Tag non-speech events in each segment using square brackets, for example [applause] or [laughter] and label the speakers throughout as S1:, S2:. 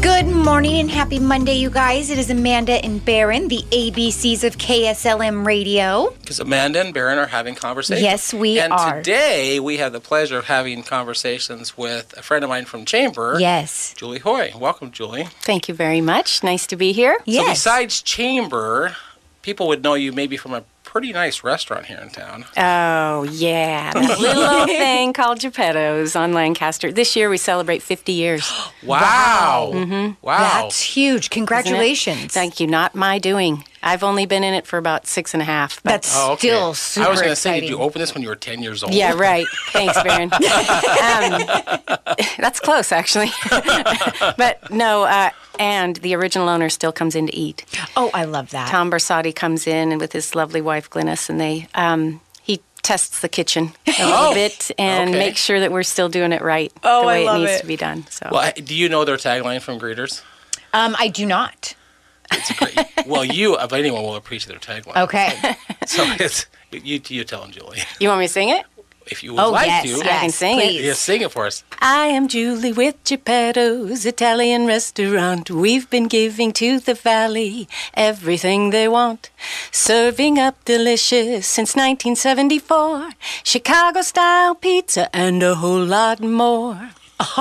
S1: Good morning and happy Monday, you guys. It is Amanda and Barron, the ABCs of KSLM Radio.
S2: Because Amanda and Baron are having conversations.
S1: Yes, we
S2: and
S1: are.
S2: today we have the pleasure of having conversations with a friend of mine from Chamber,
S1: Yes.
S2: Julie Hoy. Welcome, Julie.
S3: Thank you very much. Nice to be here.
S1: Yes.
S2: So besides Chamber, people would know you maybe from a pretty nice restaurant here in town.
S3: Oh, yeah. [laughs] That little old thing called Geppetto's on Lancaster. This year we celebrate 50 years. [gasps]
S2: Wow. Mm-hmm. Wow.
S1: That's huge. Congratulations.
S3: Thank you. Not my doing. I've only been in it for about six and a half. but-
S1: That's
S2: Oh, okay.
S1: still super
S2: I was gonna say,
S1: exciting.
S2: did you open this when you were 10 years old?
S3: Yeah, right. Thanks, Baron. [laughs] um, [laughs] that's close, actually. [laughs] but no, uh, and the original owner still comes in to eat.
S1: oh, I love that.
S3: Tom Bersati comes in and with his lovely wife Glynis, and they um, he tests the kitchen [laughs] a little
S2: Oh,
S3: bit and
S2: okay.
S3: makes sure that we're still doing it right
S1: Oh, I
S3: the way
S1: love
S3: it needs
S1: it.
S3: to be done. So
S2: Well, I- do you know their tagline from Greeters?
S1: Um, I do not.
S2: It's
S1: [laughs]
S2: great. well, you, if anyone, will appreciate their tagline. [laughs]
S1: Okay.
S2: So it's you. You tell them, Julie, [laughs]
S3: you want me to sing it?
S2: if you would
S1: oh,
S2: like
S1: yes.
S2: to.
S1: yes,
S3: I can sing it.
S1: please.
S2: Yeah, sing it for us.
S3: I am Julie with Geppetto's Italian restaurant. We've been giving to the valley everything they want. Serving up delicious since 1974. Chicago style pizza and a whole lot more.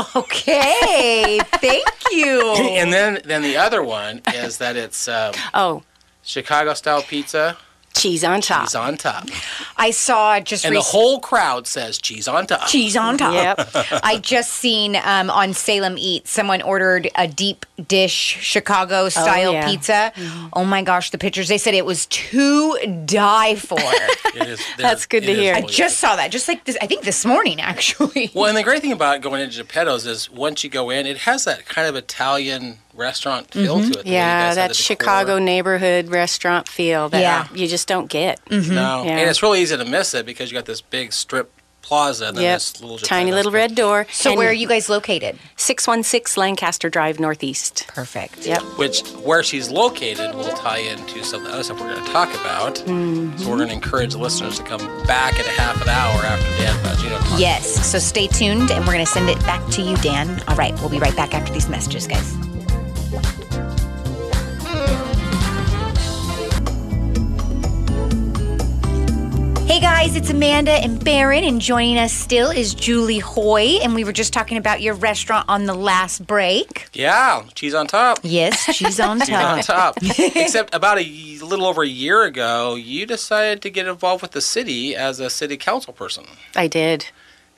S2: [laughs]
S1: Okay. Thank you.
S2: And then, then the other one is that it's um,
S3: Oh,
S2: Chicago style pizza,
S3: cheese on top.
S2: cheese on top,
S1: I saw just
S2: and the
S1: recently.
S2: whole crowd says cheese on top.
S1: cheese on top.
S3: Yep.
S1: [laughs] I just seen um, on Salem Eat someone ordered a deep dish Chicago style
S3: Oh, yeah. Mm-hmm.
S1: pizza. Oh my gosh, the pictures they said it was to die
S3: [laughs]
S1: for.
S3: Oh,
S2: It is- they're-
S3: That's good
S2: it
S3: to
S2: is
S3: hear.
S1: I
S2: really good.
S1: just saw that, just like this. I think this morning actually.
S2: Well, and the great thing about going into Geppetto's is once you go in, it has that kind of Italian restaurant feel to it. the way you guys
S3: Mm-hmm. Yeah,
S2: had
S3: that
S2: the
S3: Chicago
S2: decor.
S3: neighborhood restaurant feel that uh,
S1: Yeah. Mm-hmm.
S3: you just don't get.
S2: No,
S3: mm-hmm. Yeah.
S2: and it's really easy to miss it because you got this big strip plaza and then
S3: Yep.
S2: this little
S3: Tiny
S2: Geppetto's.
S3: little red door.
S1: [laughs] So
S3: and
S1: where are you guys located?
S3: 616 Lancaster Drive Northeast.
S1: Perfect.
S3: Yep.
S2: which where she's located will tie into some of the other stuff we're going to talk about. So we're going to encourage listeners to come back in a half an hour after Dan Bongino.
S1: Yes. So stay tuned, and we're gonna send it back to you, Dan. All right, we'll be right back after these messages, guys. Hey guys, it's Amanda and Baron, and joining us still is Julie Hoy, and we were just talking about your restaurant on the last break.
S2: Yeah, cheese on top.
S1: Yes, she's [laughs] on
S2: Cheese on
S1: top.
S2: top. Except about a ye- little over a year ago, you decided to get involved with the city as a city council person.
S3: I did.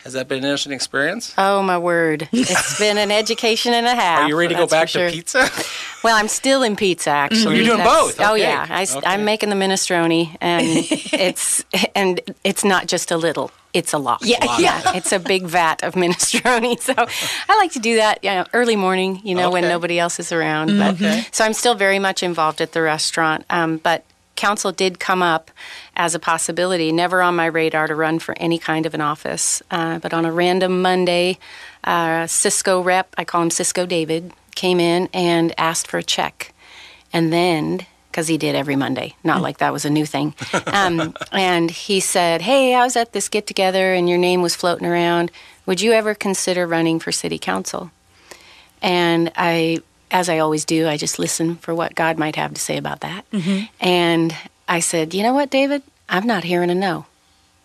S2: Has that been an interesting experience?
S3: Oh
S1: [laughs]
S3: my word! It's been an education and a half.
S2: Are you ready to go
S3: that's for
S2: back
S3: sure.
S2: to pizza? [laughs]
S3: Well, I'm still in pizza
S1: Mm-hmm.
S3: actually.
S2: you're doing both,
S3: Oh
S2: okay,
S3: yeah, I,
S2: okay.
S3: am making the minestrone,
S1: [laughs]
S3: and it's and it's not just a little; it's a lot.
S1: Yeah, Lot. yeah.
S3: it's a big vat of minestrone. [laughs] So I like to do that you know, early morning, you know, when
S2: Okay.
S3: nobody else is around. But,
S2: Okay.
S3: So I'm still very much involved at the restaurant, um, but. Council did come up as a possibility, never on my radar to run for any kind of an office. Uh, but on a random Monday, uh, Cisco rep, I call him Cisco David, came in and asked for a check. And then, because he did every Monday, not like that was a new thing. Um, and he said, Hey, I was at this get together and your name was floating around. Would you ever consider running for city council? And I, as I always do, I just listen for what God might have to say about that. And I said, You know what, David? I'm not hearing a no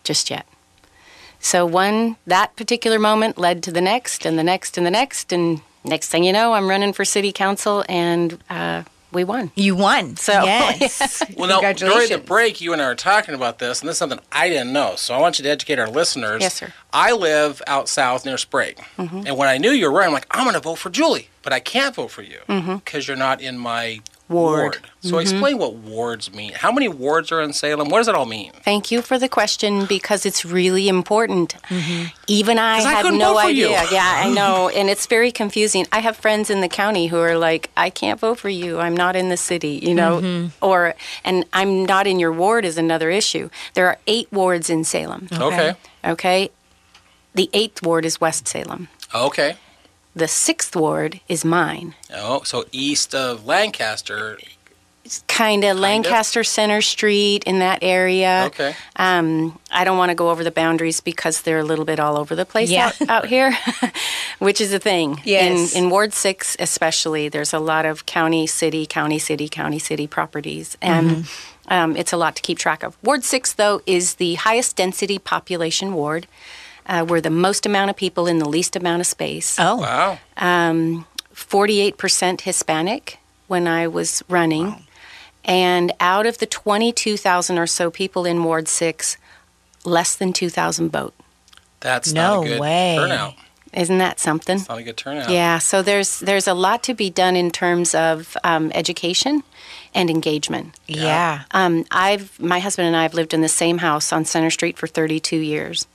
S3: just yet. So one that particular moment led to the next, and the next, and the next, and next thing you know, I'm running for city council, and uh, we won.
S1: You won. [laughs]
S3: So-
S1: yes.
S2: Well, now, during the
S1: Congratulations.
S2: break, you and I were talking about this, and this is something I didn't know. So I want you to educate our listeners.
S3: Yes, sir. Mm-hmm.
S2: I live out south near Sprague. And when I knew you were running, I'm like, I'm going to vote for Julie, but I can't vote for you because
S3: Mm-hmm.
S2: you're not in my ward. So explain what wards mean. How many wards are in Salem? What does it all mean?
S3: Thank you for the question because it's really important. Even I
S2: Mm-hmm. 'Cause I
S3: had
S2: couldn't
S3: no
S2: vote for you.
S3: idea. Yeah,
S2: [laughs]
S3: I know, and it's very confusing. I have friends in the county who are like, "I can't vote for you. I'm not in the city," you know,
S2: Mm-hmm.
S3: or and I'm not in your ward is another issue. There are eight wards in Salem.
S2: Okay.
S3: Okay, the eighth ward is West Salem.
S2: Okay.
S3: The sixth ward is mine.
S2: Oh, so east of Lancaster
S3: kind of Lancaster Center Street in that area.
S2: Okay.
S3: Um, I don't want to go over the boundaries because they're a little bit all over the place
S1: Yeah.
S3: out, out here, [laughs] which is a thing.
S1: Yes.
S3: In, in Ward 6, especially, there's a lot of county, city, county, city, county, city properties. And
S1: Mm-hmm.
S3: um, it's a lot to keep track of. Ward 6, though, is the highest density population ward. Uh, we're the most amount of people in the least amount of space
S1: Oh.
S2: Wow.
S3: um, 48% Hispanic when I was running. And out of the 22,000 or so people in Ward 6, less than 2,000 vote.
S2: That's
S1: No
S2: not a good
S1: way.
S2: turnout.
S3: Isn't that something?
S2: Not a good turnout.
S3: Yeah, so there's there's a lot to be done in terms of um, education and engagement.
S1: Yeah.
S3: Um, I've my husband and I have lived in the same house on Center Street for 32 years.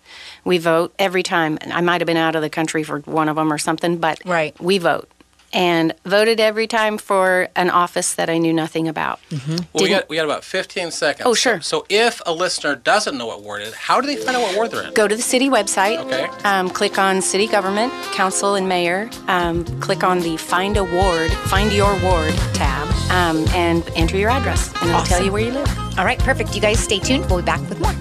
S3: We vote every time. I might have been out of the country for one of them or something, but
S1: Right.
S3: we vote and voted every time for an office that I knew nothing about.
S2: Mm-hmm. Well, we
S3: Didn't-
S2: got we got about 15 seconds.
S3: Oh, sure.
S2: So, so if a listener doesn't know what ward is, how do they find out what ward they're in?
S3: Go to the city website.
S2: Okay.
S3: Um, click on city government, council, and mayor. Um, click on the find a ward, find your ward tab, um, and enter your address, and it'll tell
S1: Awesome.
S3: you where you live.
S1: All right, perfect. You guys stay tuned. We'll be back with more.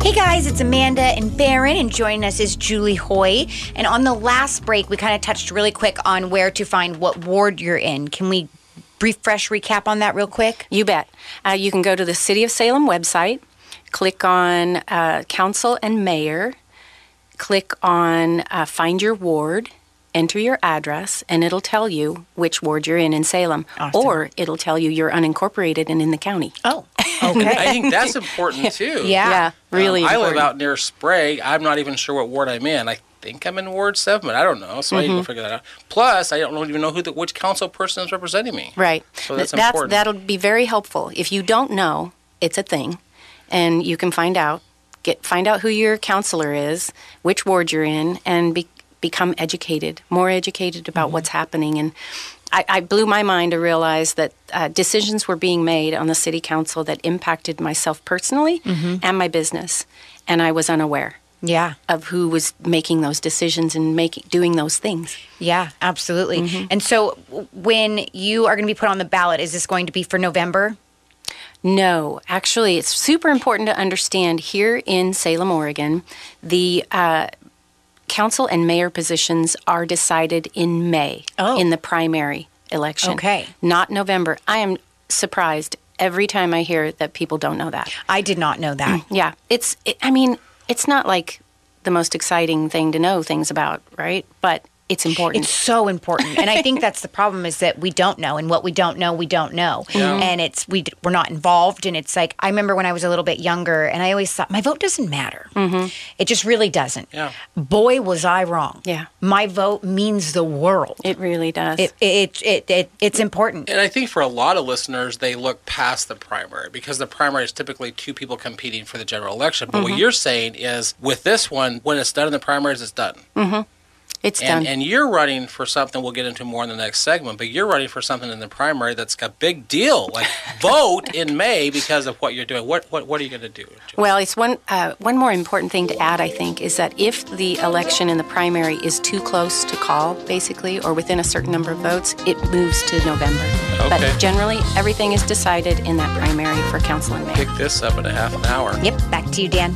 S1: Hey guys, it's Amanda and Barron, and joining us is Julie Hoy. And on the last break, we kind of touched really quick on where to find what ward you're in. Can we refresh, recap on that real quick?
S3: You bet. Uh, you can go to the City of Salem website, click on uh, Council and Mayor, click on uh, Find Your Ward, enter your address, and it'll tell you which ward you're in in Salem. Or it'll tell you you're unincorporated and in the county.
S1: [laughs] Oh, okay.
S2: I think that's important too.
S1: Yeah.
S3: really.
S2: Um, I live
S3: important.
S2: out near Sprague. I'm not even sure what ward I'm in. I think I'm in Ward Seven, but I don't know. So I need to go figure that out. Plus, I don't even know who the, which council person is representing me.
S3: Right.
S2: So that's
S3: Th-
S2: important.
S3: That'll be very helpful. If you don't know, it's a thing, and you can find out. Get find out who your counselor is, which ward you're in, and be, become educated, more educated
S2: Mm-hmm.
S3: about what's happening. And I, I blew my mind to realize that uh, decisions were being made on the city council that impacted myself personally
S2: Mm-hmm.
S3: and my business, and I was unaware
S1: yeah.
S3: of who was making those decisions and making doing those things.
S1: Yeah, absolutely. And so, w- when you are going to be put on the ballot, is this going to be for November?
S3: No, actually, it's super important to understand here in Salem, Oregon, the uh, council and mayor positions are decided in May
S1: Oh.
S3: in the primary election.
S1: Okay.
S3: Not November. I am surprised every time I hear that people don't know that.
S1: I did not know that.
S3: Yeah. It's, it, I mean, it's not like the most exciting thing to know things about, right? But it's important. [laughs]
S1: It's so important, and I think that's the problem is that we don't know, and what we don't know, we don't know, and it's we d- we're not involved, and it's like I remember when I was a little bit younger, and I always thought my vote doesn't matter, it just really doesn't.
S2: Yeah.
S1: Boy, was I wrong.
S3: Yeah.
S1: my vote means the world.
S3: it really does.
S1: It it it, it it's important.
S2: And I think for a lot of listeners, they look past the primary because the primary is typically two people competing for the general election. But what you're saying is, with this one, when it's done in the primaries, it's done.
S3: it's done.
S2: And, and you're running for something we'll get into more in the next segment, but you're running for something in the primary that's a big deal.
S3: [laughs]
S2: Like vote in May because of what you're doing. What what, what are you going to do? Julie?
S3: Well, it's one uh, one more important thing to add. I think is that if the election in the primary is too close to call, basically, or within a certain number of votes, it moves to November.
S2: Okay.
S3: But generally, everything is decided in that primary for council and mayor.
S2: Pick this up in a half an hour.
S1: Yep, back to you, Dan.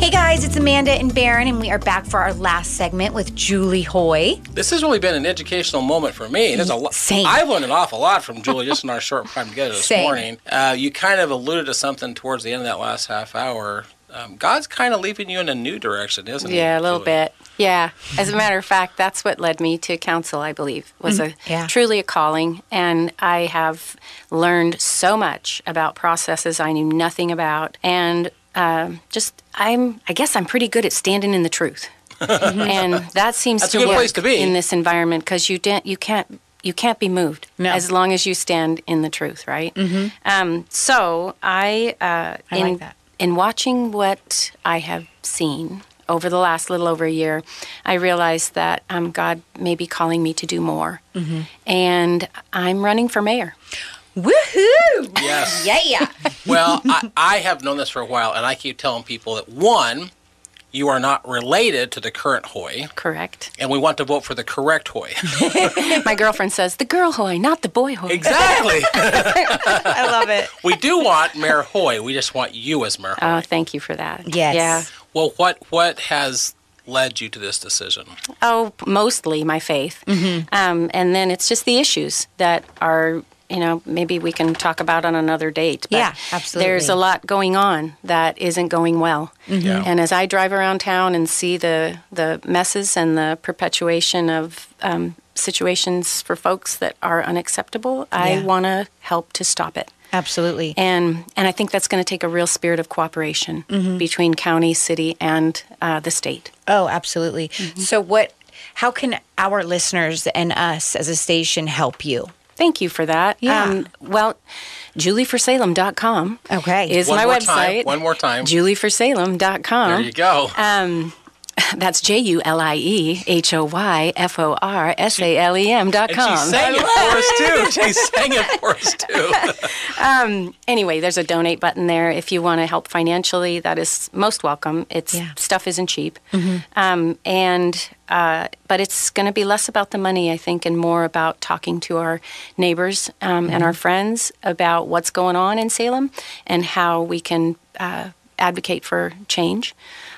S1: Hey guys, it's Amanda and Baron, and we are back for our last segment with Julie Hoy.
S2: This has really been an educational moment for me. There's a lot.
S1: Same.
S2: I've learned an awful lot from Julie just in our short time together this
S1: Same.
S2: morning. Uh, you kind of alluded to something towards the end of that last half hour. Um, God's kind of leaving you in a new direction, isn't he?
S3: Yeah, a little
S2: Julie?
S3: bit. Yeah. As a matter of fact, that's what led me to council, I believe, was a
S1: Mm, Yeah.
S3: truly a calling. And I have learned so much about processes I knew nothing about. And um, just, I'm, I guess I'm pretty good at standing in
S2: [laughs]
S3: the truth. and that seems
S2: That's
S3: to
S2: a good
S3: work
S2: place to be.
S3: in this environment because you, didn't- you can't. You can't be moved
S1: No.
S3: as long as you stand in the truth, right? Mm-hmm. Um, so I uh,
S1: I
S3: in,
S1: like that.
S3: In watching what I have seen over the last little over a year, I realized that
S1: Mm-hmm.
S3: um, God may be calling me to do more. And I'm running for mayor.
S1: Woohoo!
S2: Yes.
S1: Yeah, yeah.
S3: [laughs]
S2: Well, I, I have known this for a while, and I keep telling people that one, you are not related to the current Hoy,
S1: [laughs]
S3: Correct.
S2: and we want to vote for the correct
S3: [laughs]
S2: Hoy.
S3: My girlfriend says the girl hoy, not the boy hoy.
S2: exactly.
S1: I love it.
S2: [laughs] we do want Mayor Hoy. We just want you as Mayor Hoy.
S3: Oh, thank you for that.
S1: Yes.
S3: Yeah.
S2: well, what what has led you to this decision?
S3: Oh, mostly my faith.
S1: Mm-hmm.
S3: Um, and then it's just the issues that are, you know, maybe we can talk about on another date.
S1: Yeah, absolutely. Mm-hmm.
S3: There's a lot going on that isn't going well.
S2: Yeah.
S3: And as I drive around town and see the, the messes and the perpetuation of um, situations for folks that are unacceptable, I
S1: Yeah.
S3: want to help to stop it.
S1: [laughs] Absolutely.
S3: And, and I think that's going to take a real spirit of cooperation
S1: Mm-hmm.
S3: between county, city, and uh, the state.
S1: Oh, absolutely. So what how can our listeners and us as a station help you?
S3: Thank you for that. Um,
S1: Yeah.
S3: well, julieforsalem.com
S1: Okay.
S3: is
S2: One
S3: my
S2: more
S3: website.
S2: time. One more time.
S3: julieforsalem.com.
S2: there you go.
S3: Um, that's J U L I E H O Y F O R S A L E M dot
S2: and she
S3: com. [laughs]
S2: sang it for us too. She sang it for us too.
S3: Anyway, there's a donate button there if you want to help financially. That is most welcome. It's
S1: Yeah.
S3: stuff isn't cheap, um, and uh, but it's going to be less about the money, I think, and more about talking to our neighbors um, and our friends about what's going on in Salem and how we can uh, advocate for change.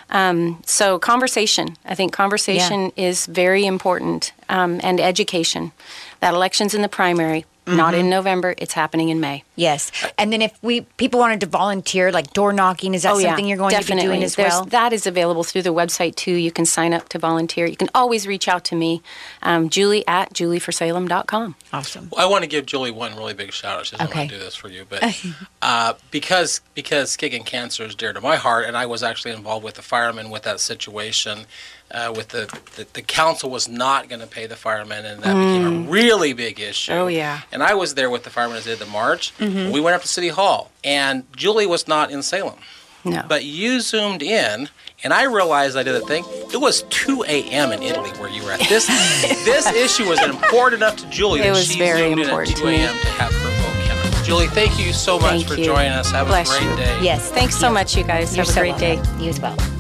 S3: Um, so conversation, I think conversation is very important, um, and education. That election's in the primary, not in November. It's happening in May.
S1: Yes. And then if we people wanted to volunteer, like door knocking, is that something you're going to be doing as
S3: Oh, There's-
S1: well?
S3: That is available through the website too. You can sign up to volunteer. You can always reach out to me, um, Julie at julieforsalem.com.
S1: awesome.
S2: I want to give Julie one really big shout out. She doesn't
S1: Okay.
S2: want to do this for you,
S3: [laughs]
S2: but uh, because because kicking cancer is dear to my heart, and I was actually involved with the firemen with that situation. Uh, with the, the the council was not going to pay the firemen, and that became a really big issue.
S3: Mm. Oh, yeah. Mm-hmm.
S2: And I was there with the firemen as they did the march. We went up to City Hall, and Julie was not in Salem,
S3: No.
S2: but you zoomed in. And I realized I did a thing. It was 2 a.m. in Italy where you were at.
S3: [laughs]
S2: This this issue was important enough to Julie.
S3: It
S2: that
S3: was
S2: she
S3: very
S2: zoomed in at
S3: important to
S2: 2
S3: me.
S2: a.m. to have her vote counted. Julie, thank you so much
S3: Thank
S2: for
S3: you.
S2: joining us. Have
S3: Bless
S2: a great
S3: you.
S2: day.
S1: Yes.
S3: Thanks so much, you guys.
S1: You're
S3: Have a
S1: so
S3: great day.
S1: welcome. You as well.